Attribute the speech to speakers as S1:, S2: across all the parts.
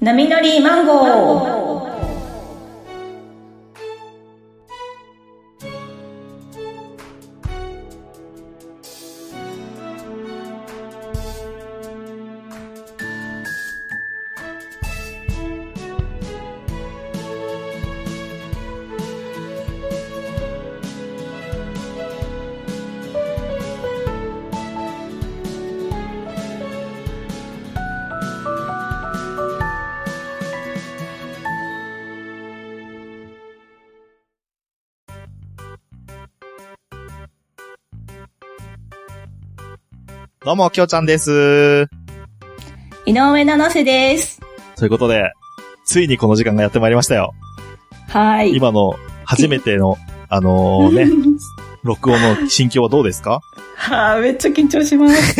S1: 波乗りマンゴー
S2: どうも、きょうちゃんです。
S1: 井上七瀬です。
S2: ということで、ついにこの時間がやってまいりましたよ。
S1: はい。
S2: 今の、初めての、あのーね、録音の心境はどうですか
S1: はあ、めっちゃ緊張し ます。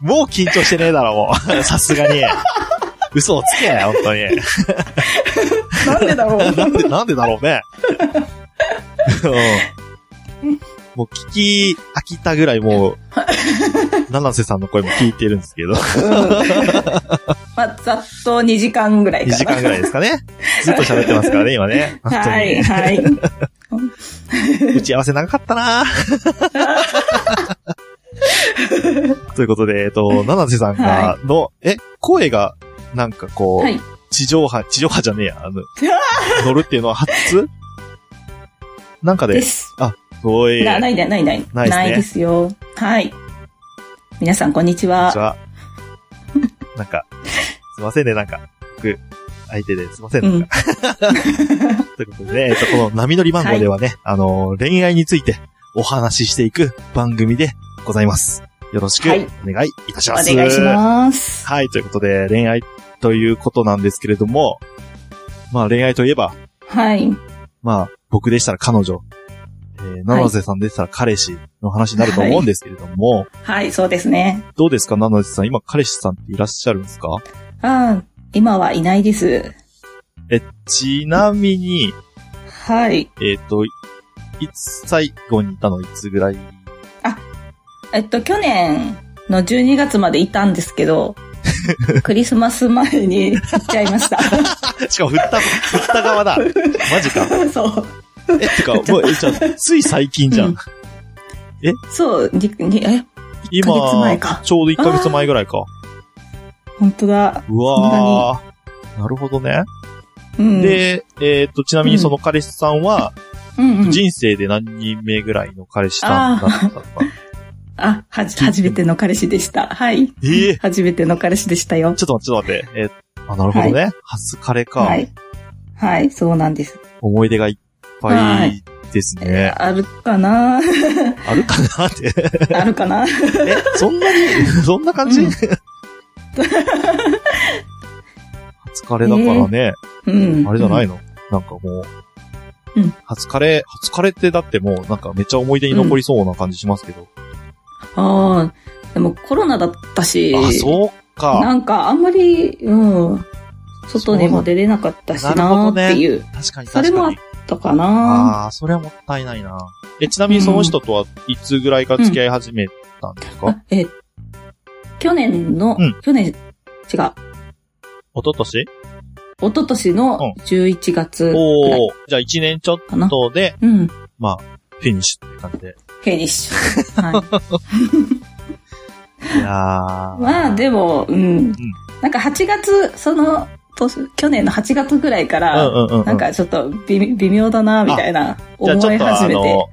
S2: もう緊張してねえだろ、もう。 さすがに。嘘をつけ、本当に。
S1: なんでだろう。
S2: なんで、なんでだろうね。うんもう聞き飽きたぐらいもう、七瀬さんの声も聞いてるんですけど、
S1: まあ、ざっと2時間ぐらい
S2: 2
S1: か
S2: 時
S1: な。
S2: 間ぐらいですかね。ずっと喋ってますからね、今ね。本当に
S1: はい、はい。
S2: 打ち合わせ長かったな ということで、えっと、七瀬さんが、の、え、声が、なんかこう、
S1: はい。
S2: 地上波、地上波じゃねえや、 あの、乗るっていうのは初なんか
S1: で
S2: で、す
S1: す。
S2: ごい。
S1: なないないないない。
S2: ないですね
S1: ないですよ。はい。皆さん、こんにち
S2: こんに
S1: は
S2: ち。は。なんか、すいませんね、なんか、僕、相手ですいません、
S1: う
S2: なん
S1: ん
S2: か。ということでね、えっと、この波乗りマンゴーではね、あの、恋愛についてお話ししていく番組でございます。よろしく
S1: はい
S2: お願いいたし
S1: お
S2: ます。
S1: 願いします。
S2: はい、ということで、恋愛ということなんですけれども、まあ恋愛といえば、
S1: はい。
S2: まあ僕でしたら彼女、えー、七瀬さんでしたら彼氏の話になると思うんですけれども、
S1: はい、そうですね。
S2: どうですか七瀬さん、今彼氏さんっていらっしゃるんですか
S1: ああ、今はいないです。
S2: ちなみに、
S1: はい。
S2: えっ、と、いつ最後にいたのいつぐらい
S1: えっと、去年の12月までいたんですけ ど、クリスマス前に行っちゃいま した。
S2: しかも振った、振った側だ。マジか。
S1: そう。
S2: え、ってか、もう、え、じゃあつい最近じゃん。
S1: うんそう、に、に、え、
S2: 今
S1: 一ヶ月前か、
S2: ちょうど1ヶ月前ぐらいか。
S1: 本当だ。
S2: うわー。なるほどね。
S1: うん。、
S2: で、えっ、と、ちなみにその彼氏さんは、
S1: うん、うん。
S2: 人生で何人目ぐらいの彼氏さんだったのか。
S1: あ、はじ、初めての彼氏でした。はい。
S2: ええ
S1: 初めての彼氏でしたよ。
S2: ちょっと待って、ちょっと待って。えーあ、なるほどね。初彼か、
S1: はい。はい、そうなんです。
S2: 思い出がいっぱいですね。
S1: あるか な
S2: あるかなって。
S1: あるかな
S2: え、そんな に、そんな感じ、
S1: うん
S2: 初彼だからね、
S1: うん。
S2: あれじゃないいの、なんかもう、
S1: うん
S2: 初彼、初彼ってだってもうなんかめっちゃ思い出に残りそうな感じしますけど。
S1: ああ、でもコロナだったし。
S2: あ、そうか。
S1: なんかあんまり、うん。外にも出れなかったし
S2: そうなる
S1: な
S2: ほど
S1: ーっ
S2: ね
S1: ていう。
S2: 確かに確かに。
S1: それもあったかな
S2: ああ、それはもったいないな。え、ちなみにその人とはいつぐらいから付き合い始めたんですか、
S1: あえ、去年の、
S2: うん
S1: 去年、違う、
S2: おととし
S1: 一昨年の11月ぐらい
S2: おおーじゃあ1年ちょっ
S1: かな。
S2: とで、
S1: うん。
S2: まあ、フィニッシュって感じで。
S1: フェニッシ ュ。はい
S2: やー。ま
S1: まあで
S2: も、
S1: も、うん。なんか8月、その、年去年の8月ぐらいか
S2: う
S1: ら、
S2: んうんうんうん。
S1: なんかちょっと微微妙だな、みたいな、
S2: じ
S1: 思
S2: ゃあちょ
S1: い
S2: っと
S1: 始め
S2: あ
S1: て。
S2: の、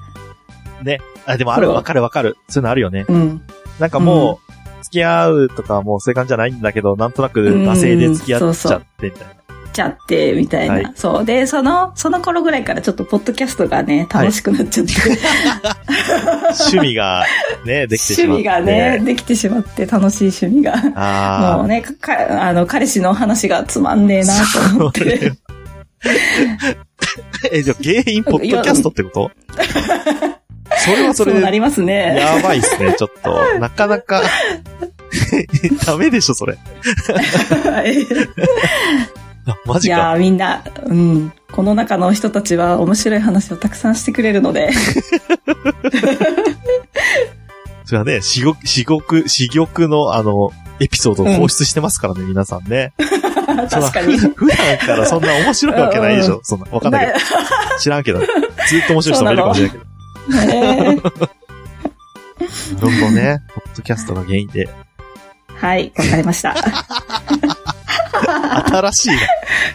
S2: ね。あ、でもある、
S1: そう
S2: わかるわかる。そういうのあるよね。
S1: うん。
S2: なんかもう、付き合うとかもうそういう感じじゃないんだけど、なんとなく惰性で付き合っちゃってみたいな。
S1: ちゃって、みたいな。
S2: はい
S1: そう。で、その、その頃ぐらいからちょっとポッドキャストがね、
S2: はい
S1: 楽しくなっちゃって、
S2: 趣味が、ね、できてし
S1: 趣
S2: まっ
S1: 味
S2: て。
S1: がね、。できてしまって、楽しい趣味が。
S2: あ
S1: もうね、かかあの、彼氏の話がつまんねえなと思っ
S2: そうだ
S1: て。
S2: ー。え、じゃあ原因、ポッドキャストってこと それは そ
S1: そ
S2: れ
S1: う
S2: で
S1: なりますね。
S2: やばいっすね、ちょっと。なかな か、ダメでしょ、それ。あマ
S1: い
S2: ジか。
S1: やーみんな、うん。この中の人たち は面白い話をたくさんしてくれるので。
S2: それはね、至極、至極、至極のあの、エピソードを放出してますからね、皆さんね。そんな
S1: 確かに。
S2: 普段からそんな面白いわけないで し
S1: うん
S2: ょ。そんな、わかんないけど。知らんけど。ずっと面白い人もいるかもしれないけ
S1: えー
S2: ど。なるほどね。ポッドキャストが原因で。
S1: はい、わかりました。
S2: 新し いな。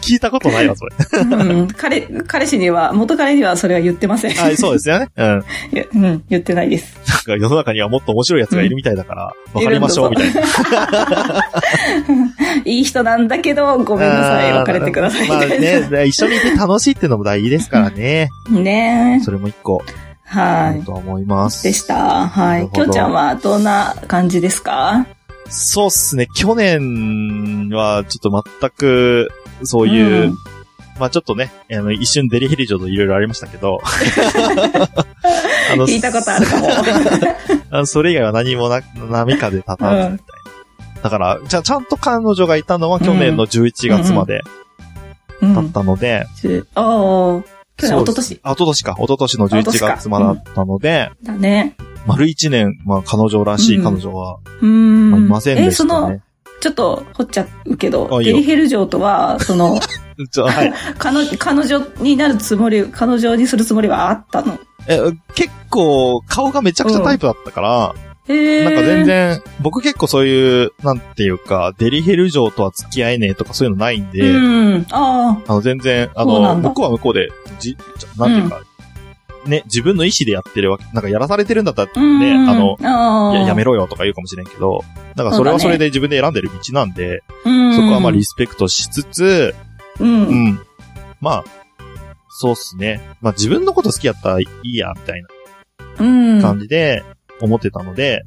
S2: 聞いたことないわ、それ。
S1: うん、彼、彼氏には、元彼にはそれは言ってません。
S2: はい、そうですよね。 うん。なん
S1: いや うん、言ってないです。
S2: か世の中にはもっと面白いやつがいるみたいだから、わかりましょう、みたいな。
S1: いい人なんだけど、ごめんなさい、
S2: あー
S1: 別れてください。
S2: まあ
S1: みたい
S2: ね、一緒にいて楽しいってのも大事ですからね。
S1: な ね
S2: それも一個、あ
S1: は
S2: る
S1: い。
S2: と思います。
S1: でした。は
S2: ないる。ほ
S1: き
S2: ど
S1: ょうちゃんはどんな感じですか
S2: そうっすね。去年は、ちょっと全く、そういう、
S1: うん
S2: まあちょっとね、あの、一瞬デリヘリ嬢といろいろありました けど、あの
S1: 聞いたことあるか も。
S2: あのそれ以外は何もな、波風立たずみたいな。だから、ちゃ、ちゃんと彼女がいたのは去年の11月まで
S1: う
S2: だっ
S1: ん。
S2: たので、
S1: ちああ、去年、
S2: そう
S1: 一
S2: で
S1: 昨
S2: す
S1: 年
S2: あ、一昨年か、一昨年の11月までだったので、
S1: だね。
S2: 丸1年、まあ彼女らしい彼女は、
S1: う
S2: まあい
S1: ん。
S2: ませんで
S1: え、そ
S2: した
S1: の、
S2: ね。
S1: ちょっと、掘っちゃうけど、
S2: あいいよ
S1: デリヘル嬢とは、そ の、
S2: ちょはい。
S1: 彼女、彼女になるつもり、彼女にするつもりはあったの。
S2: え、結構、顔がめちゃくちゃタイプだったから、
S1: へえ。
S2: なんか全。然、僕結構そういう、なんていうか、デリヘル嬢とは付き合えねえとかそういうのないんで、
S1: うん。あ
S2: あの全然、あ
S1: そうな
S2: の、
S1: んだ
S2: 向こうは向こうで、じ、ちょなんていうか、ね、自分の意思でやってるわけ、なんかやらされてるんだったら
S1: あ。うん。
S2: ね、あの、
S1: ああ。
S2: ややめ
S1: ろ。
S2: ろよとか言うかもしれんけど、なんかそれはそれで自分で選んでる道なんで、
S1: うん。
S2: そこはまあリスペクトしつつ、
S1: う。
S2: うんん。まあ、そうっすね。まあ自分のこと好きやったらいいや、みたい
S1: うん。
S2: な感じで思ってたので、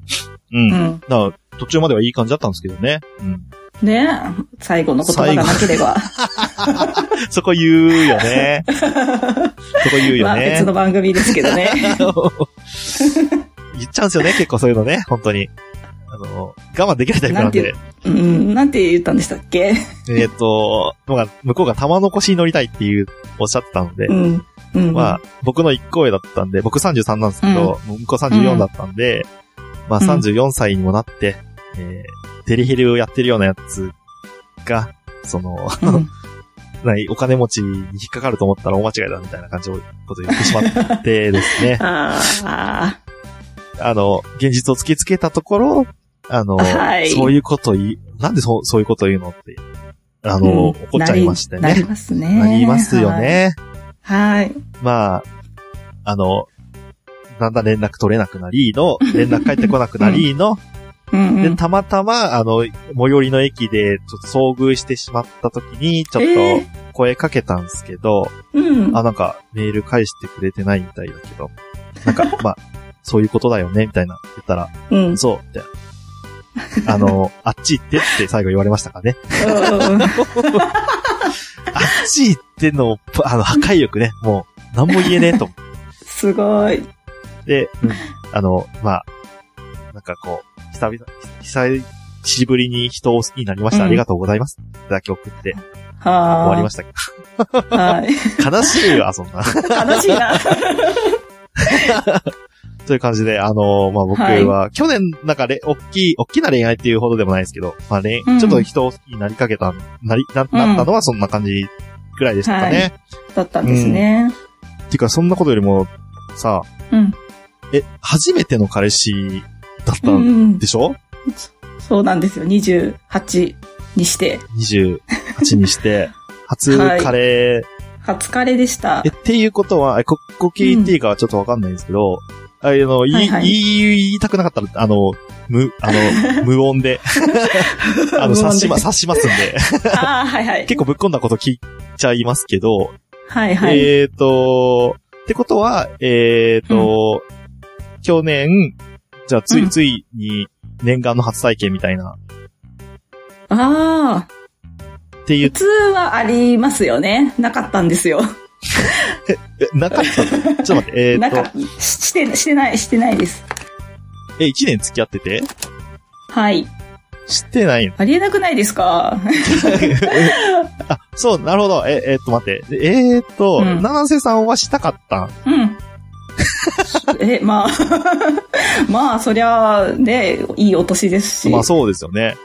S2: うん。
S1: う
S2: だか
S1: ん。
S2: ら途中まではいい感じだったんですけどね。うん。
S1: ね最後の言葉がなければ。
S2: そこ言うよ ね。そこ言う
S1: ま
S2: よ
S1: あ別
S2: ね
S1: の。番組ですけどね。
S2: 言っちゃうんですよね、結構そういうのね、本当に。あの、我慢できないタイプなん
S1: な
S2: で。
S1: うん。なんて言ったんでしたっけ
S2: えっ、と、なんか向こうが玉残しに乗りたいっていう、おっしゃってたので
S1: う、ん。うん。
S2: まあ、僕の1個上だったんで、僕33なんですけど、もう向こう34だったんで、まあ
S1: うん
S2: 34歳にもなって、えー、デリヘルをやってるようなやつが、その、
S1: うん。、
S2: ないお金持ちに引っかかると思ったら大間違いだみたいな感じのこと言ってしまってですね
S1: ああ。
S2: あの、現実を突きつけたところ、あの、
S1: はい
S2: そういうこと言い、なんでそうそういうこと言うのって、あの、
S1: うん
S2: 怒っちゃいましてね。
S1: なりなりますね。
S2: なりますよね。
S1: はい。はい。
S2: まあ、あの、だんだん連絡取れなくなり の、連絡返ってこなくなりの、
S1: うんう
S2: で、
S1: ん。
S2: たまたま、あの、最寄りの駅で、ちょっと遭遇してしまった時に、ちょ
S1: え
S2: っと、声かけたんですけど、
S1: うん。
S2: あ、なんか、メール返してくれてないみたいだけど、な んか、まあ、そういうことだよね、みたいな、言ったら、
S1: うん。
S2: そう、みたいな。あの、 あっち行ってって最後言われましたか らね。
S1: うん
S2: あっち行っての、あの、破壊力ね、もう、なんも言えねえと思って
S1: すごい。
S2: で、あの、まあ、なんかこう、久々、久しぶりに人になりました。
S1: うん
S2: ありがとうございます。だけ送って終わり
S1: は
S2: ましたけ
S1: あ。はい。
S2: ど。悲しいわ、そんな。
S1: 悲しいな。
S2: という感じで、あのまあ僕
S1: はい
S2: は、去年、なんかれ、大きい、大きな恋愛っていうほどでもないですけど、まあ恋、
S1: うん
S2: ちょっと人を好きになりかけた、なり、な、なったのはそんな感じくらいでしたかね。
S1: だったんですね。
S2: ていうか、そんなことよりも、さ、
S1: うん。
S2: え、初めての彼氏だっ
S1: う
S2: た
S1: ん
S2: ん
S1: うん
S2: で。しょ、
S1: そうなんですよ。28にして、
S2: ?28 にして、初
S1: はい
S2: カレー、
S1: 初彼でした
S2: え、っ。ていうことは、えこ、こ聞いていいかはちょっとわかんないんですけど、あの、
S1: は
S2: 言い、
S1: いはい
S2: 言いたくなかったら、あの、無、あの、無音で、あの、
S1: 無音で
S2: 察しま、察しますんで、
S1: ああ、はいはい。
S2: 結構ぶっ込んだこと聞いちゃいますけど、
S1: はいはい。
S2: えっ、ー、と、ってことは、えっ、ー、と、去年、じゃあ、つ
S1: う
S2: い
S1: ん
S2: ついに、念願の初体験みたいな、
S1: ああ、
S2: ってい
S1: 普
S2: う、
S1: 通はありますよね。なかったんですよ。
S2: えなかっ たのちょっと待って、えっ、
S1: な
S2: ー、
S1: んか
S2: と、
S1: しして、してない、してないです。
S2: え、1年付き合ってて
S1: はい。
S2: 知ってないの
S1: ありえなくないですか
S2: あ、そう、なるほど。え、えーっと、待って。えーっと、
S1: うん
S2: 七瀬さんはしたかったん
S1: うん。 え、まあ、 まあ、そりゃ、ね、いいお年ですし。
S2: まあそうですよね。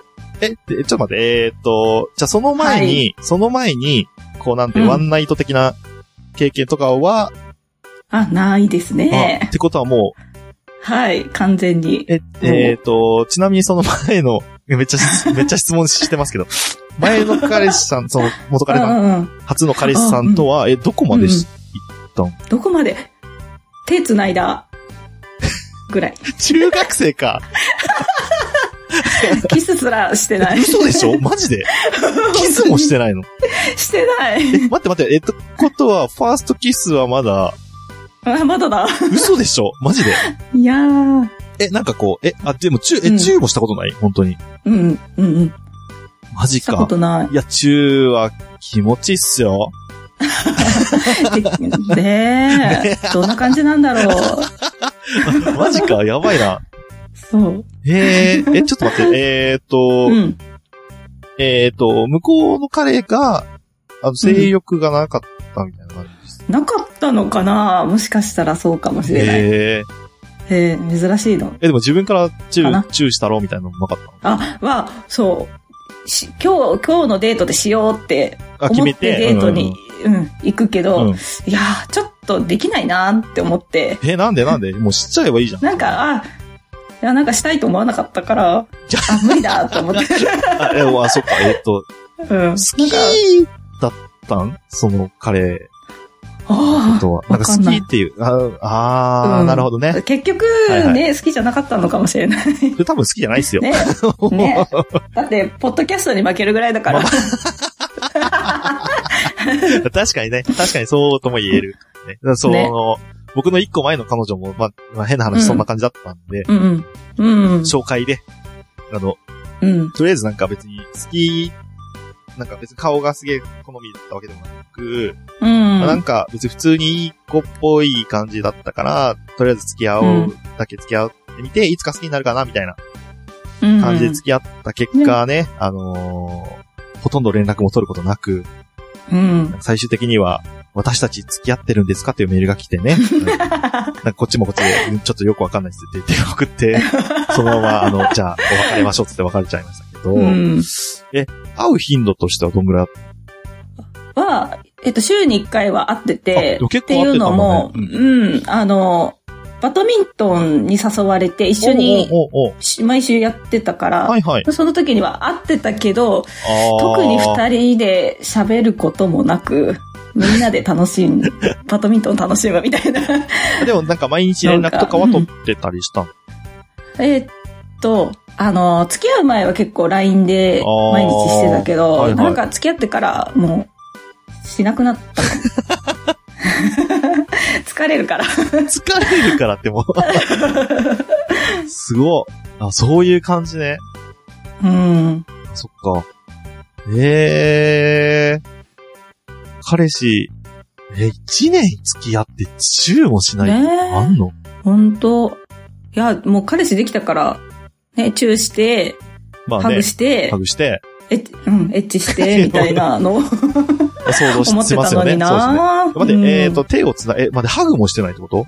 S2: え、でちょっと待って、えーっと、じゃあその前に、
S1: は
S2: その前に、こうなんて、
S1: うん
S2: ワンナイト的な経験とかは、
S1: あ、ないです
S2: あ
S1: ね
S2: っ。てことはもう、
S1: はい、完全に。
S2: え、えーっと、ちなみにその前の、 めっ ちゃ、めっちゃ質問してますけど、前の彼氏さん、その元
S1: う
S2: 彼さん、
S1: んうん。
S2: 初の彼氏さんとは、え、どこまでし、
S1: どこまで手繋いだぐ らい。
S2: 中学生か。
S1: キスすらしてない。
S2: 嘘でしょマ ジでキスもしてないの
S1: してない。
S2: え、待って待って、えっと、ことは、ファーストキスはまだ、
S1: あまだだ。
S2: 嘘でしょマジで
S1: いやー。
S2: え、なんかこう、え、あ、でも中、
S1: う
S2: え、
S1: ん
S2: 中もしたことない本当に。
S1: うん、うん、うん。
S2: マジ
S1: したこ
S2: か。
S1: と ない
S2: や、中は気持ちいいっすよ。
S1: い。ねえ。どんな感じなんだろう。
S2: マジか、やばいな。
S1: そう。
S2: えー、え、ちょっと待って、えーっと、
S1: うん。
S2: えーっと、向こうの彼が、あの、性欲がなかったみたいな感じです。
S1: なかったのかなもしかしたらそうかもしれない。へ
S2: え
S1: え
S2: ー、
S1: 珍しいの。
S2: え、でも自分からチュ
S1: かな
S2: ー、チューしたろうみたいなのもなかった
S1: あ、は、そう。し今日、今日のデートでしようって
S2: のあ、決
S1: 思っ
S2: め
S1: て
S2: て。
S1: デート
S2: うん
S1: に、うん、行くけど、い
S2: うん
S1: やー、ちょっとできないなーって思って、
S2: え、なんでなんでもう知っちゃえば いいじゃん。
S1: なんか、あ、いや、なんかしたいと思わなかったから、あ、無理だと思って。
S2: あ、え、あ、そっか、えっと、
S1: うん。なんか、
S2: 好きだったんその彼
S1: あ
S2: とは。なんか
S1: わか
S2: 好
S1: ん
S2: き
S1: ない
S2: っていう。ああ
S1: う
S2: ー、
S1: ん
S2: なるほどね。
S1: あ、結局
S2: はいはい
S1: ね、好きじゃなかったのかもしれない。
S2: それ多分好きじゃないっすよ。
S1: ね。ね。 だって、ポッドキャストに負けるぐらいだから。
S2: 確かにね。確かにそうとも言える。ね、だからその、
S1: ね
S2: 僕の一個前の彼女も、まあ、まあ、変な話、そんな感じだったんで、
S1: うんうん。うん。
S2: 紹介で、あの、
S1: うん。
S2: とりあえずなんか別に好き、なんか別に顔がすげえ好みだったわけでもなく、
S1: う
S2: まあなん
S1: ん。
S2: か別に普通にいい子っぽい感じだったから、とりあえず付き合
S1: う
S2: おうんだけ付き合ってみて、いつか好きになるかな、みたいな
S1: うん。
S2: 感じで付き合った結果ね、あのーほとんど連絡も取ることなく、
S1: うん。
S2: 最終的には、私たち付き合ってるんですかっていうメールが来 てね。うんなんかこっちもこっちで、うんちょっとよくわかんないですって言って送って、そのまま、あの、じゃあ、お別れましょうって言って別れちゃいましたけど、
S1: うん。
S2: 会う頻度としてはどんぐらいあった
S1: は、えっと、週に1回は会ってて、
S2: あ結構
S1: っ
S2: 会って
S1: たて
S2: んだね
S1: いうのも、
S2: う
S1: うん、あの、バドミントンに誘われて、一緒に
S2: おうおうおう
S1: し毎週やってたか
S2: おうは
S1: ら、
S2: いはい。
S1: その時には会ってたけど、 特
S2: 特
S1: に二人で喋ることもなく、みんなで楽し む、バドミントン楽しむみたいな。
S2: 人。でもなんか毎日連絡とかは取ってたりしたの
S1: えーっと、あの、付き合う前は結構 LINE で毎日してたけど、
S2: あーはいはい
S1: なんか付き合ってからもう、しなくなったかも。疲れるから。
S2: 疲れるからっても う。すごい。あ、そういう感じね。
S1: うん。
S2: あそっか。ええー。彼氏、え、一年付き合って中もしない
S1: ね
S2: あんの
S1: え。ほんと。いや、もう彼氏できたから、ね、チューして、
S2: まあ
S1: ハ
S2: ね
S1: グ。して
S2: ハ、グして、
S1: エッチうん、エッチ して、みたいなのを
S2: 想像
S1: 思っ
S2: しててま
S1: た
S2: す
S1: の
S2: よね。
S1: に
S2: そうですね。
S1: な
S2: 待って、
S1: うん
S2: えっ、ー、と、手をつな、え、待って、ハグもしてないってこと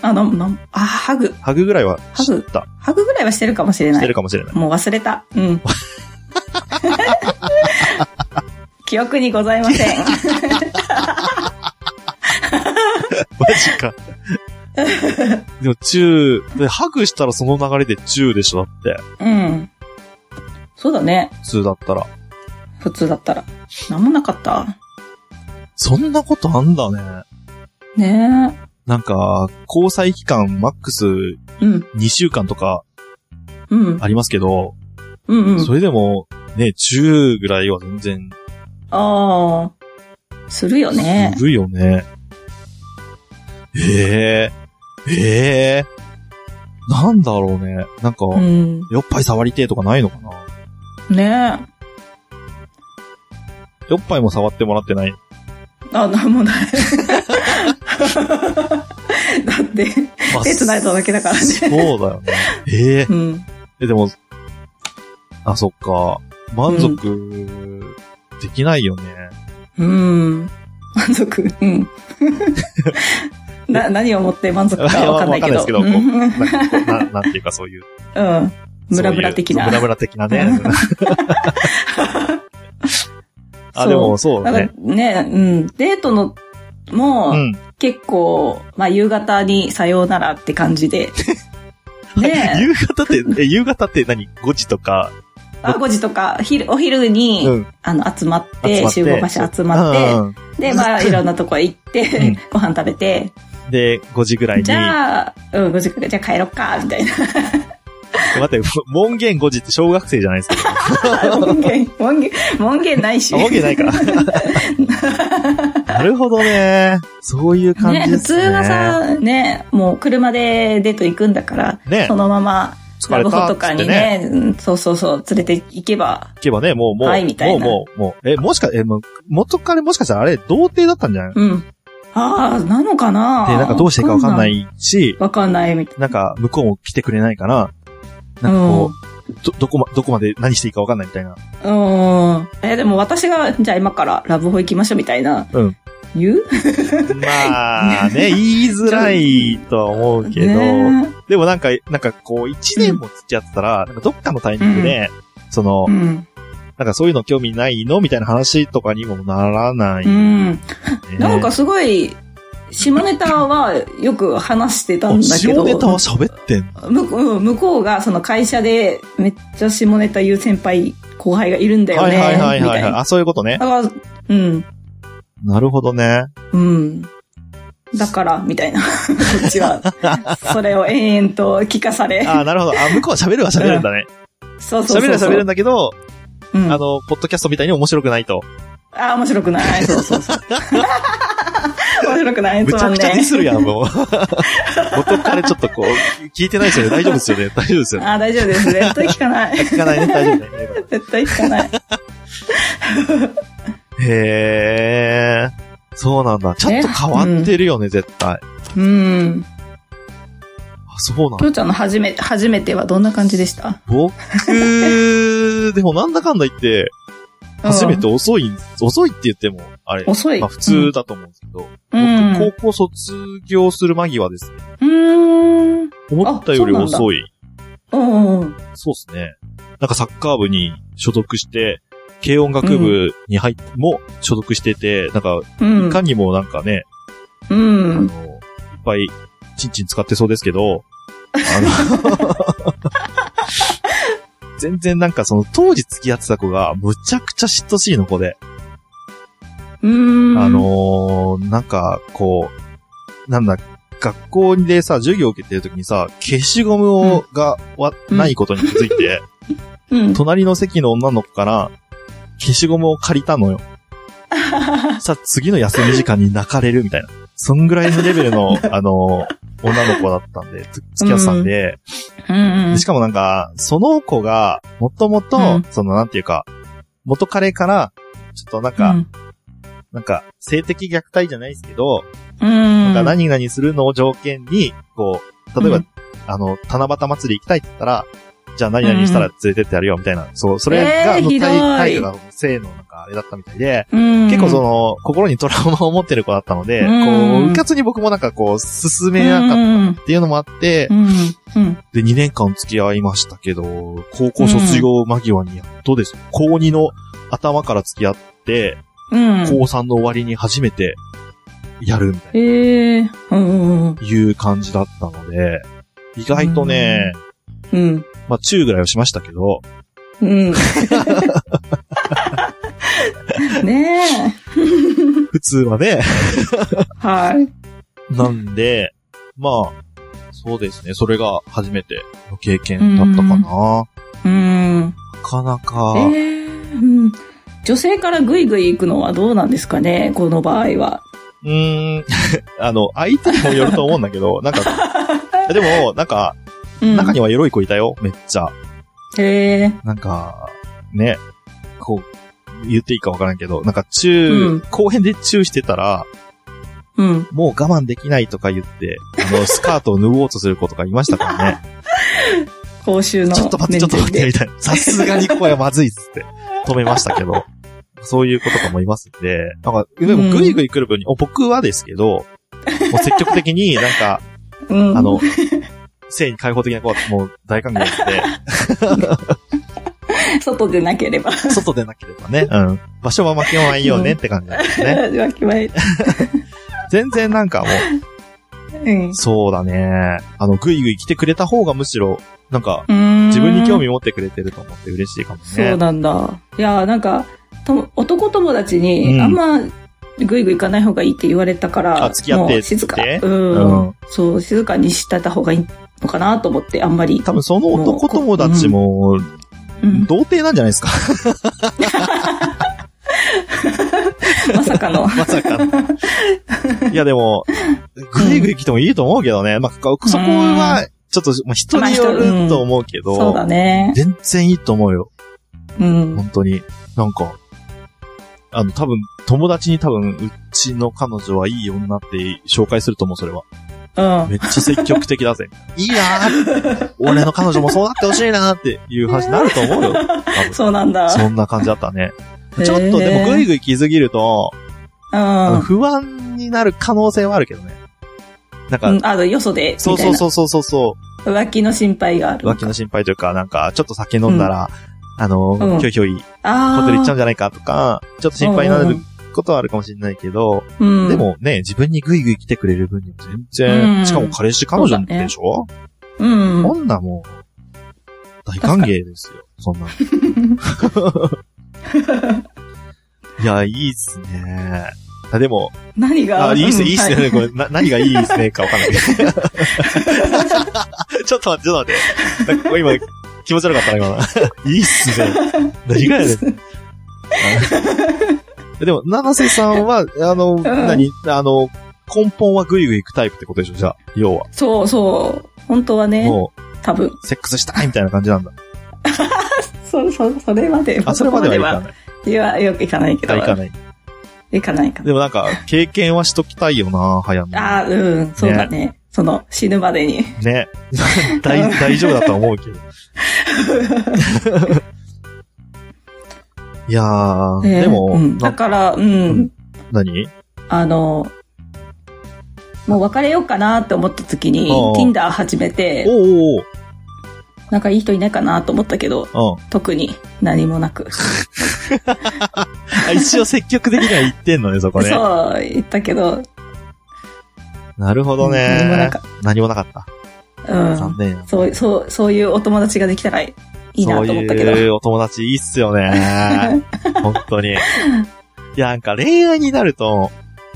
S1: あの、なんあ、ハグ。
S2: ハグぐらいは
S1: ハ
S2: 知っ
S1: グ
S2: た。
S1: ハグぐらいはしてるかもしれ
S2: し
S1: な
S2: て
S1: い
S2: る。かもしれない。
S1: もう忘れた。うん。 記憶にございません。
S2: マジか。でも、中、で、ハグしたらその流れで中でしょだって。
S1: うん。そうだね。
S2: 普通だったら。
S1: 普通だったら。なんもなかった。
S2: そんなことあんだね。
S1: ね
S2: なんか、交際期間マックス
S1: え。うん。
S2: 2週間とか
S1: うん。
S2: ありますけど、
S1: うんうん。
S2: それでも、ね、10ぐらいは全然、
S1: ああ。するよね
S2: す。るよね。ええええなんだろうね。なんか、
S1: うん。
S2: おっぱい触りてえとかないのかな
S1: ねえ。
S2: おっぱいも触ってもらっ てない。
S1: あ、なんも ない。 だって、
S2: まあ
S1: 手繋いだだけだからね
S2: そうだよね。ええ
S1: うん。
S2: え、でも、あ、そっか。満足、できないよね。
S1: うん。満足。うん。な、何をもって満足かわかんないけど。
S2: いやわかん
S1: うん
S2: なんかこうな なんていうかそういう。
S1: うん。ムラムラ的
S2: そういうムラ
S1: な。
S2: ムラ的なね。 あ、
S1: そう
S2: でもそう
S1: なん
S2: ね
S1: か。ね、うん。デートの、も、
S2: うん。
S1: 結構、まあ、夕方にさようならって感じ で。ね
S2: 夕方って、え、夕方って何 ?5 時とか。
S1: え、あ5時とか、昼、お昼に、
S2: うん。
S1: あの、集まっ
S2: 集
S1: て、
S2: まって
S1: 集合場所集まって、
S2: うんうん
S1: で、まあ、いろんなとこ行って、
S2: うん
S1: ご飯食べて、
S2: で、5時ぐらいに。
S1: じゃあ、うん、5時くらい、じゃあ帰ろっか、みたいな。
S2: 待って、門限5時って小学生じゃない ですか。
S1: 門限、門限、門限ないし。
S2: あ門 限ないか。なるほどね。そういう感
S1: ね、
S2: じで
S1: 普
S2: すね。
S1: 通が、さ、ね、もう車でデート行くんだから、
S2: ね
S1: そ、のまま、
S2: 疲
S1: ラ
S2: れ
S1: ブホ
S2: た
S1: と
S2: っつ
S1: か
S2: っ
S1: に
S2: てね。
S1: ね、うんそうそうそう、連れて行けば、
S2: 行けばね、もう、もう、
S1: はいみたいな
S2: もう、もう、もう、え、もしか、え、もう元彼もしかしたらあれ、童貞だったんじゃないで、
S1: うん。ああ、なのかな
S2: なんかどうしていいかわかんな。いし、
S1: わかんない、みたい
S2: なんか、向こうも来てくれないから、なんかこう、ど、どこま、どこまで何していいかわかんない みたいな。
S1: な。うん。え、でも私が、じゃあ今からラブホ行きましょう、みたいな。
S2: うん。
S1: 言う
S2: まあね、言いづらいとは思うけど、
S1: ね
S2: でもなんか、なんかこう、一年も付き合ってたら、なんかどっかのタイミングで、その、
S1: うん。
S2: なんかそういうの興味ないのみたいな話とかにもならないうね、
S1: ん。なんかすごい、下ネタはよく話してたん
S2: あ、
S1: だけど。
S2: 下ネタは喋ってんの
S1: 向こううん向こうがその会社でめっちゃ下ネタ言う先輩後輩がいるんだよ
S2: は
S1: ね。
S2: いはいはい
S1: み
S2: は
S1: た
S2: い、
S1: い
S2: はい。
S1: な。
S2: あ、そういうことね
S1: だ。から、うん、
S2: なるほどね。
S1: うん。だから、みたいな。こっちは、 それを延々と聞かされ。
S2: あなるほど。あ、向こうは喋るは喋るんだね。
S1: そう そうそう。
S2: 喋るは喋るん
S1: だ。
S2: だけど、
S1: うん、
S2: あ
S1: あ
S2: の、ポッドキャストみたいに面白くないと。
S1: あ、面白くない。そうそう そう。面白くない。
S2: むちゃくち
S1: つまん
S2: ゃディ
S1: ね
S2: スるやん、もう。 元彼ちょっとこう、聞いてないですよね。大丈夫ですよね。大丈夫ですよね。
S1: ああ、大丈夫です。絶対聞か ない。
S2: 聞かないね。大丈夫ね。
S1: 絶対聞かない。
S2: へえ。そうなんだ。ちょっと変わってるよね、絶対。あ、
S1: うん。
S2: そうなん
S1: き
S2: だ。
S1: ょうちゃんの初めて、初めてはどんな感じでした
S2: 僕、でもなんだかんだ言って、初めて遅い、遅いって言っても、あれ、
S1: うん遅い。
S2: まあ普通だと思うんですけど、
S1: うん。
S2: 僕高校卒業する間際ですね。
S1: うん。うーん。
S2: 思ったより
S1: あそうなんだ
S2: 遅い。
S1: うんうん。
S2: そうですね。なんかサッカー部に所属して、軽音楽部に入っ、も所属してて、なんか、
S1: うん
S2: いかにもなんかね、
S1: う
S2: あ
S1: ん。
S2: の、いっぱい、チンチン使ってそうですけど、あ の、全然なんかその当時付き合ってた子がむちゃくちゃ嫉妬しいの子で、
S1: うん。
S2: あ、のーなんかこう、なんだ、学校でさ、授業を受けてる時にさ、消しゴムを、が、わ、
S1: うん
S2: ないことに気づ いて、
S1: うん。
S2: 隣の席の女の子から、消しゴムを借りたの よ。さあ、次の休み時間に泣かれるみたいな。そんぐらいのレベル の、あの、女の子だったんで、つ付き合ってたんで、
S1: うんうん
S2: でし。かもなんか、その子が、もとも
S1: う
S2: と
S1: ん、
S2: その、なんていうか、元彼から、ちょっとなんか、なんか、性的虐待じゃないですけど、
S1: うん。
S2: なんか何々するのを条件に、こう、例えば、
S1: うん
S2: あの、七夕祭り行きたいって言ったら、じゃあ何々したら連れてってやるよ、みたいな。そう、それが、
S1: えー
S2: あの
S1: ひどい
S2: 体育の性のなんかあれだったみたいで、
S1: うん。
S2: 結構その、心にトラウマを持ってる子だったので、
S1: うん
S2: こう、うかつに僕もなんかこう、進
S1: う
S2: め
S1: ん、
S2: なかっ
S1: うん
S2: たっていうのもあって
S1: う、ん。うん。
S2: で、2年間付き合いましたけど、高校卒業間際にやっとですよ。高2の頭から付き合って、
S1: うん。
S2: 高3の終わりに初めて、やるみたいな。
S1: ええ。うんうんうん。
S2: いう感じだったので、意外とね、
S1: うん。
S2: まあ、中ぐらいはしましたけど、
S1: うん。ね
S2: 普通はね、
S1: え。はい。
S2: なんで、まあ、そうですね、それが初めての経験だったか
S1: う
S2: な。
S1: ん
S2: な
S1: うん。
S2: かなか、
S1: ええ。うん。女性からグイグイ行くのはどうなんですかねこの場合は。
S2: うーん、 あの、相手にもよると思うんだけど、 なんか、でも、なんか、
S1: うん。
S2: 中にはエロい子いたよ、めっちゃ。
S1: へえ。
S2: なんか、ね、こう、言っていいかわからんけど、なんか中、
S1: うん
S2: 後編でチューしてたら、
S1: うん。
S2: もう我慢できないとか言って、あの、スカートを脱ごうとする子とかいましたから ね。
S1: 公衆の。
S2: ちょっと待って、ちょっと待って、み。たいな。さすがにこれはまずいっつって、止めましたけど。そういう子とかもいますんで、なんか、でも
S1: うん
S2: グイグイ来る分に、お僕はですけど、もう積極的になんか、
S1: うん。
S2: あの、性に開放的な子はもう大歓迎なん
S1: 外でなければ。
S2: で、外でなければね、うん。場所は負けないよねって感じなんですね。
S1: わきまえ
S2: 全然なんかもう、
S1: うん。
S2: そうだね。あの、ぐいぐい来てくれた方がむしろ、なんか、
S1: 自
S2: 自分に興味持ってくれてると思って嬉しいかもね。
S1: そうなんだ。いやーなんか、と男友達
S2: うん
S1: に、あんま、ぐいぐい行かない方がいいって言われたから、
S2: あ付き合って
S1: もう静か、
S2: って
S1: うん、
S2: うん
S1: そう、静かにしてた方がいいのかなと思って、あんまり。
S2: 多分その男友達も、
S1: うん、
S2: 童貞なんじゃないですか
S1: まさかの。
S2: まさかの。いやでも、ぐいぐい来てもいいと思うけどね。まあ、そこは、ちょっと、まあ、人によると思うけ
S1: そうだ
S2: ど、
S1: ね。
S2: 全然いいと思うよ。
S1: うん。
S2: 本当に。なんか、あの、多分、友達に多分、うちの彼女はいい女って紹介すると思う、それは。
S1: うん。
S2: めっちゃ積極的だぜ。いいな ー俺の彼女もそうなってほしいなーっていう話になると思うよ。多分
S1: そうなんだ。
S2: そんな感じだったね。
S1: へー
S2: ちょっとでもぐいぐい来すぎると、
S1: う
S2: あの
S1: ん。
S2: 不安になる可能性はあるけどね。なんか、
S1: うんあの、よそで、
S2: そう
S1: みた
S2: そ
S1: いうな。
S2: そうそうそうそ
S1: 浮気の心配があ
S2: う、
S1: る。
S2: 浮気の心配というか、なんか、ちょっと酒飲んだら、あの、
S1: うん
S2: ひょいひょい、
S1: ああ。
S2: ホテル行っちゃうんじゃないかとか、ちょっと心配になることはあるかもしれないけど、
S1: うん。
S2: で、もね、自分にぐいぐい来てくれる分には全
S1: う
S2: 然、
S1: ん
S2: しかも彼氏彼女でしょ、
S1: うん。
S2: こんなもう、大歓迎ですよ、そんなの。 いや、いいっすね。あ、でも、
S1: 何が
S2: あ、いいっ す、いいっす
S1: うんは
S2: ね。これ、な、何がいいっすねか わかんないけど。ちょっと待って、ちょっと待って。なんか今、気持ち悪かったな、 今。いいっすね。何がやねん。あでも、七瀬さんは、あの、何、あの、根本はグイグイ行くタイプってことでしょじゃあ、要は。
S1: そうそう。本当はね、
S2: も
S1: 多分。
S2: う、セックスしたいみたいな感じなんだ。
S1: そ、そ、それまで。
S2: あ、それまではいかない。
S1: いや、よく行かないけど。
S2: いかない。
S1: 行かないか
S2: でもなんか、経験はしときたいよな、早めに。
S1: ああ、うん、そうだね。その、死ぬまでに。
S2: ね。大、大丈夫だとは思うけど。いやー、
S1: ね
S2: でも、
S1: うんだ
S2: な、
S1: から、う
S2: うん
S1: ん、
S2: 何
S1: あの、もう別れようかなって思った時に、
S2: おう
S1: Tinder 始めて、
S2: おうおう
S1: なんかいい人いないかなと思ったけど、
S2: おう、うん。
S1: 特に何もなく。
S2: あ、一応積極的には言ってんのね、そこね。
S1: そう、言ったけど、
S2: なるほどね。
S1: 何もなかっ
S2: 何もなかった。
S1: た。う
S2: 残
S1: ん。
S2: 念やな。
S1: そう、そう、そういうお友達ができたらいいなと思ったけど。
S2: そういうお友達いいっすよ ね。本当に。いや、なんか恋愛になると、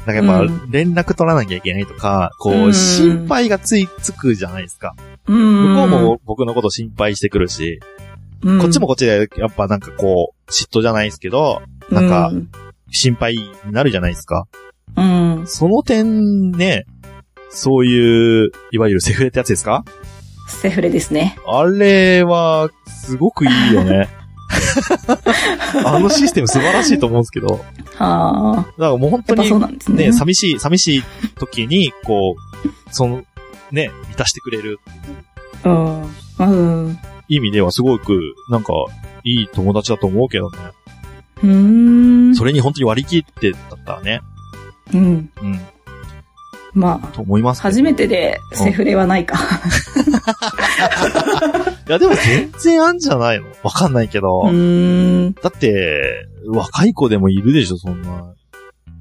S2: なんかやっ
S1: う
S2: ぱ連絡取らなきゃいけないとか、こ
S1: う
S2: う、
S1: ん
S2: 心配がついつくじゃないですか。向
S1: 向
S2: こうも僕のこと心配してくるし、こっちもこっちでやっぱなんかこう、嫉妬じゃないですけど、なんか心配になるじゃないですか。
S1: うん、うん、
S2: その点ね、そういう、いわゆるセフレってやつですか
S1: セフレですね。
S2: あれは、すごくいい よね。あのシステム素晴らしいと思うんですけど、だか
S1: はあ。
S2: らもう本
S1: や
S2: 当
S1: っぱそう
S2: に
S1: なんですね。
S2: ね、寂しい、寂しい時に、こう、その、ね、満たしてくれる
S1: うん。うん。
S2: 意味ではすごく、なんか、いい友達だと思うけどね。
S1: うーん。
S2: それに本当に割り切ってだったらね。
S1: うん。
S2: うん。
S1: まあ、
S2: と思いますけど。
S1: 初めてでセフレはないか。
S2: いや、でも全然あんじゃないのわかんないけど。
S1: うーん。
S2: だって、若い子でもいるでしょ、そんな。
S1: う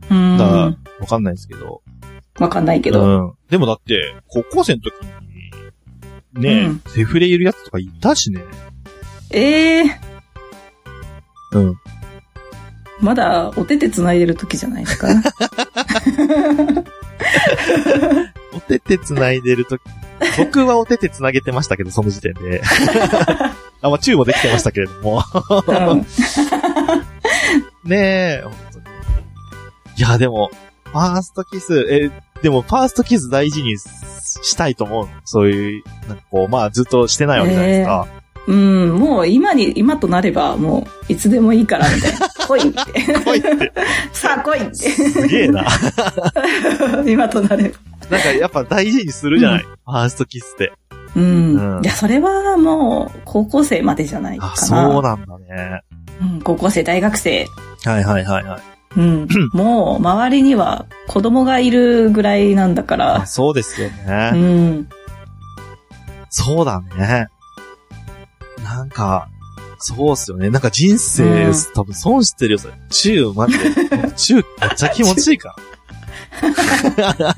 S2: だ
S1: ん。
S2: わかんないですけど。
S1: わかんないけど。
S2: うん。でもだって、高校生の時に、ね、
S1: うん
S2: セフレいるやつとかいたしね。
S1: ええ
S2: うん。
S1: まだお手手繋いでる時じゃないです か。
S2: お手手繋いでる時。 僕はお手手繋げてましたけど、その時点 で。あ、まあ、チューもできてましたけれども。
S1: うん。
S2: ねえ、本当に。いや、でも、ファーストキス、え、でも、ファーストキス大事にしたいと思うのそういう、なんかこう、まあ、ずっとしてないわけじゃないですか。
S1: うん。もう今に、今となればもういつでもいいからみたい な。来いって。
S2: 来いって、
S1: さあ来いって。
S2: すげえな。
S1: 今となれば。
S2: なんか、やっぱ大事にするじゃない、ファーストキスって。
S1: うん。
S2: うん
S1: いや、それはもう高校生までじゃないかな。
S2: あ、そうなんだね。
S1: うん。高校生、大学生、
S2: はいはいはいはい。
S1: うん。 もう、周りには子供がいるぐらいなんだか
S2: あ
S1: ら。
S2: そうですよね。
S1: うん。
S2: そうだね。なんか、そうっすよね。なんか人生、
S1: うん
S2: 多分損してるよ、それ。中、マ ジで。僕中、めっちゃ気持ちいいから。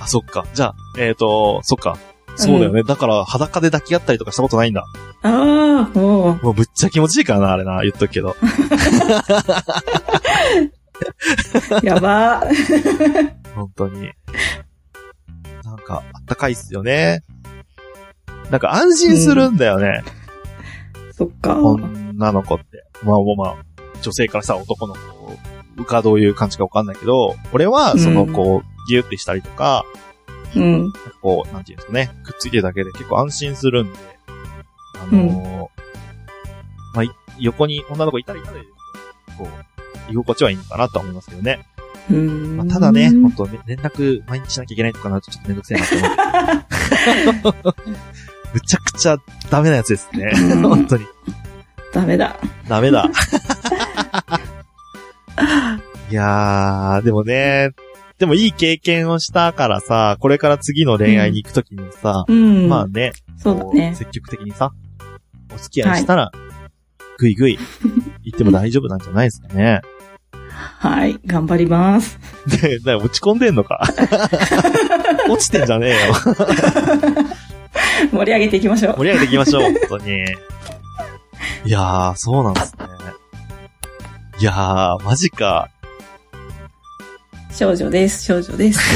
S2: あ、そっか。じゃあ、えっ、と、そっか。そうだよね。だから、裸で抱き合ったりとかしたことないんだ。
S1: ああ、もう。
S2: もうぶっちゃ気持ちいいからな、あれな。言っとくけど。
S1: やば。
S2: 本当に。なんか、あったかいっすよね。なんか安心するんだよね。
S1: そっか。
S2: 女の子って。まあ、まあ、女性からさ、男の子がどういう感じかわかんないけど、俺は、その、
S1: うん
S2: こう、ギュってしたりとか、
S1: うん。
S2: なんかこう、なんていうんですかね、くっついてるだけで結構安心するんで、あのーまあ、い横に女の子いたらいたで、こう、居心地はいいのかなとは思いますけどね。
S1: うん
S2: まあ、ただね、本当ね、連絡毎日しなきゃいけないとかなるとちょっとめんどくせえなって思う。 むちゃくちゃダメなやつですね。
S1: うん
S2: 本当に。
S1: ダメだ。
S2: ダ メだ。いやー、でもね、でもいい経験をしたからさ、これから次の恋愛に行くときにさ、
S1: うん。
S2: まあね、
S1: そうだ
S2: こう
S1: ね。
S2: 積極的にさ、お付き合いしたら、ぐいぐい、行っても大丈夫なんじゃないですか ね。
S1: はい。頑張ります。
S2: で、だから落ち込んでんのか。落ちてんじゃねえよ。
S1: 盛り上げていきましょう。
S2: 盛り上げていきま しょう、本当に。いやー、そうなんですね。いやー、マジか。
S1: 少女です。少女 です。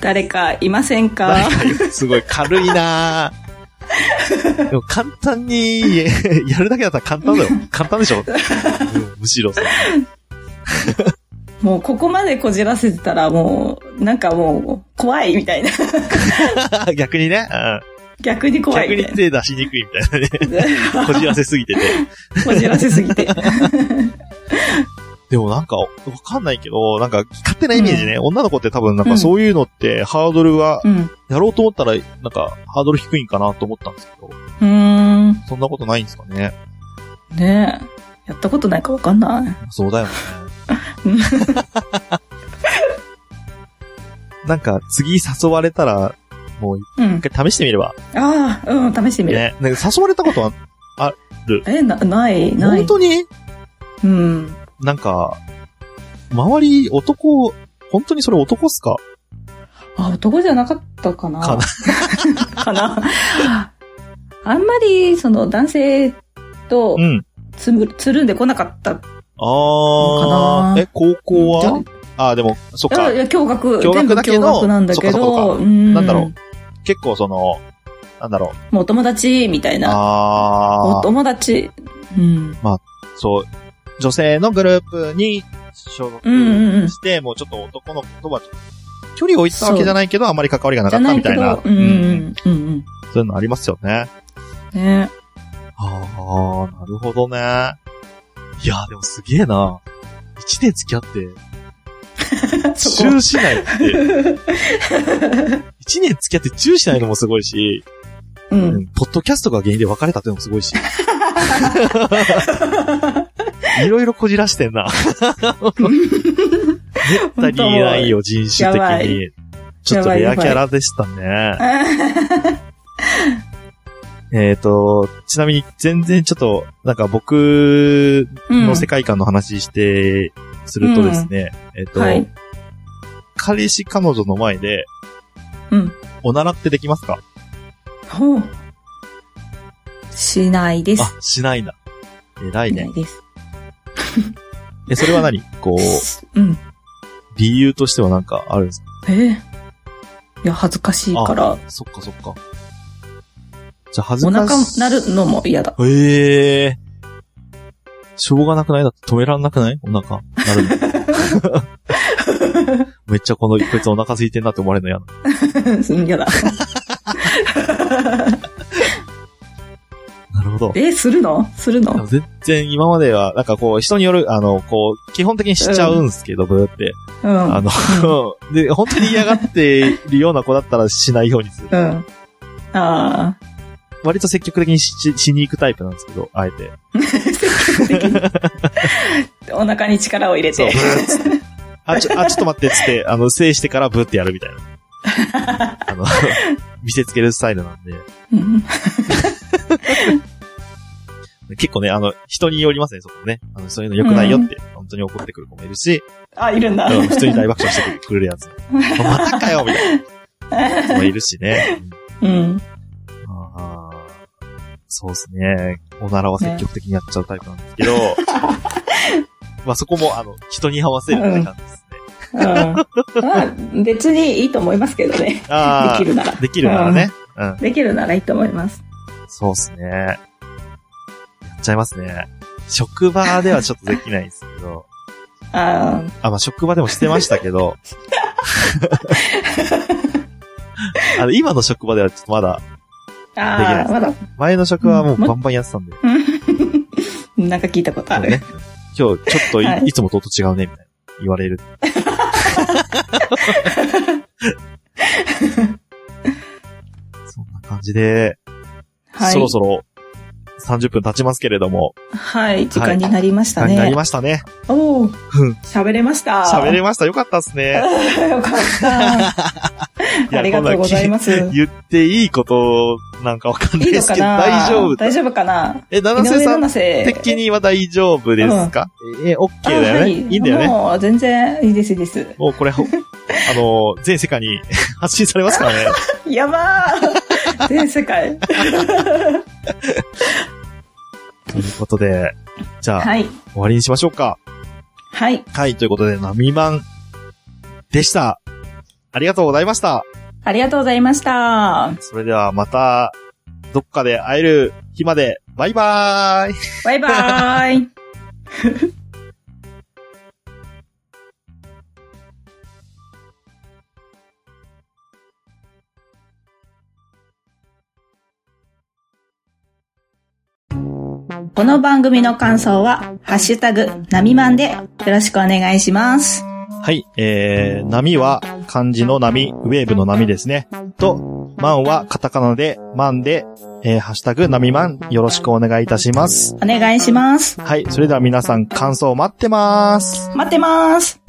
S1: 誰かいません
S2: な
S1: か
S2: んかすごい軽いな ぁ。でも簡単に、えやるだけだったら簡単だよ。簡単でしょ、うんむしろさ。
S1: もうここまでこじらせてたらもう、なんかもう怖いみたいな。
S2: 逆にね、うん
S1: 逆に怖いみ
S2: 逆に
S1: たい
S2: 手出しにくいみ たいなね。
S1: な。
S2: こじらせすぎてて。
S1: こじらせすぎ て。
S2: でもなんか、わかんないけど、なんか、勝手なイメージね、女の子って多分なんかそういうのって、ハードルが、
S1: うん。う
S2: やろうと思ったら、なんか、ハードル低いんかなと思ったんですけど、
S1: ーん。
S2: そんなことないんですかね。
S1: ねえ。やったことないかわかんない。
S2: そうだよね。 なんか、次誘われたら、もう
S1: うん。
S2: 一回試してみれば。
S1: ああ、うん、試してみる。
S2: ね。なんか誘われた ことは、
S1: え、な、ない、ない。
S2: 本当に
S1: うん。
S2: なんか、周り男、本当にそれ男っすか
S1: あ、男じゃなかったかな。
S2: か
S1: かな。あんまり、その、男性と
S2: うん。
S1: つむ、つるんでこなかった。
S2: あ
S1: かな
S2: ー。え、高校は
S1: じ
S2: あー、でも、そっ
S1: ゃ
S2: か
S1: い。や、驚愕。
S2: 驚愕
S1: 全部
S2: だけど
S1: 驚愕なんだけ
S2: そっかそっ
S1: ど、
S2: か
S1: うん。
S2: なんだろ結構その、なんだろう。
S1: う。もうお友達、みたいな。お
S2: あー。
S1: 友達。うん。
S2: そう。女性のグループに所属
S1: うんうんうん
S2: して、もうちょっと男の子とはちょっと距離を置いてたわけじゃないけど、あまり関わりがな
S1: じ
S2: か
S1: ゃ
S2: っ
S1: な
S2: た
S1: い
S2: み
S1: け
S2: たいな。
S1: ど、うんうんうん。うん
S2: そういうのありますよね。
S1: うん。ね
S2: ああ、なるほどね。いや、でもすげえな。一年付き合って、
S1: そ
S2: チューしないって、一年付き合ってチューしないのもすごいし、
S1: う。
S2: うんん、ポッドキャストが原因で別れたっていうのもすごい し。いろいろこじらしてんな。絶対に言えないよ、人種
S1: やば
S2: 的に
S1: い。
S2: ちょっと
S1: やばい
S2: レ
S1: やば
S2: ア
S1: い
S2: キャラでしたね。えっ、と、ちなみに全然ちょっと、なんか僕
S1: うん
S2: の世界観の話して、するとですね、えっ、と、
S1: はい。
S2: 彼氏彼女の前で、
S1: うん。
S2: おならってできますか
S1: ほう。しないです。
S2: あ、しないんだ。偉い
S1: しな
S2: ね
S1: い。です。
S2: え、それは何こう、
S1: うん。
S2: 理由としてはなんかあるんですか
S1: えーいや、恥ずかしいから、
S2: そっかそっか。じゃあ恥
S1: お
S2: ずか
S1: 腹
S2: しい。
S1: なるのも嫌だ。
S2: ええしょうがなくないだって止めらんなくないお腹。なるの。めっちゃこの、 こいつお腹空いてんなって思われるの嫌な。
S1: うん嫌だ。
S2: なるほど。
S1: え、するのする
S2: でも
S1: の
S2: 全然今までは、なんかこう、人による、あの、こう、基本的にしちゃうんすけど、ブーって。
S1: うん。
S2: あの、で、本当に嫌がっているような子だったらしないようにする。
S1: うん。ああ
S2: 割と積極的にししに行くタイプなんですけど、あえて。
S1: ー。お腹に力を入れ
S2: そう、
S1: て
S2: ブ。ーっつって。あ、ちょ、あ、ちょっと待ってっつって、あの、制してからブーってやるみたいな。あの、見せつけるスタイルなんで。
S1: うん
S2: 結構ね、あの、人によりますね、そこね。あの、そういうの良くないよって、本当に怒ってくる子もいるし、
S1: あ、いるんだ。
S2: うん普通に大爆笑してくれるやつ。またかよみたいな。子もいるしね。う ん
S1: うん。
S2: あーそうですね。おならは積極的にやっちゃうタイプなんですけど、 まあそこも、あの、人に合わせるって感じですね。
S1: うん。まあ、別にいいと思いますけどね。
S2: あ
S1: できるなら
S2: あ、。できるならね。うん。
S1: できるならいいと思います。
S2: そうですね。やっちゃいますね。職場ではちょっとできないんですけど、
S1: あ
S2: あ、まあ職場でもしてました けど、あの、今の職場ではちょっとまだ、
S1: あ、ああ、まだ。
S2: 前の職場はもうバンバンやってたんで、
S1: うん なんか聞いたことある
S2: ね。今日ちょっとい,、
S1: はい
S2: い、つもと音違うね、みたいな。言 われる。そんな感じで、
S1: はい。
S2: そろそろ30分経ちますけれども、
S1: はい、時間になりまし
S2: 時間
S1: た
S2: になり
S1: ね。
S2: ましたね。
S1: おお
S2: うん
S1: 喋れました。
S2: 喋れました。よかったで すね。
S1: た。よかった。
S2: いや
S1: ありがとうございます。い
S2: 言っていいことなんかわかんない
S1: い
S2: で
S1: の
S2: す
S1: か
S2: けど、
S1: な
S2: 大丈夫。
S1: 大丈夫かな
S2: え、
S1: 井
S2: 七瀬
S1: 上
S2: さん
S1: 七瀬。
S2: 的には大丈夫ですか、え、オッケーだ
S1: あ
S2: よ
S1: は
S2: ね。いいんだよね。
S1: もう全然いいです、いいです。
S2: も うこれ、ほあの、全世界に 発信されますからね。
S1: やば ー全世界。
S2: ということで、じゃあ、
S1: はい。
S2: 終わりにしましょうか。
S1: はい。
S2: はい、ということで、ナミマンでした。ありがとうございました。
S1: ありがとうございました。
S2: それではまた、どっかで会える日まで、バイバーイ
S1: バイバーイ。この番組の感想は、ハッシュタグ、なみまんで、よろしくお願いします。
S2: はい、えー、波は漢字の波、ウェーブの波ですね。と、マンはカタカナで、マンで、えー、ハッシュタグ、波マン、よろしくお願いいたします。
S1: お願いします。
S2: はい、それでは皆さん、感想待ってます。
S1: 待ってます。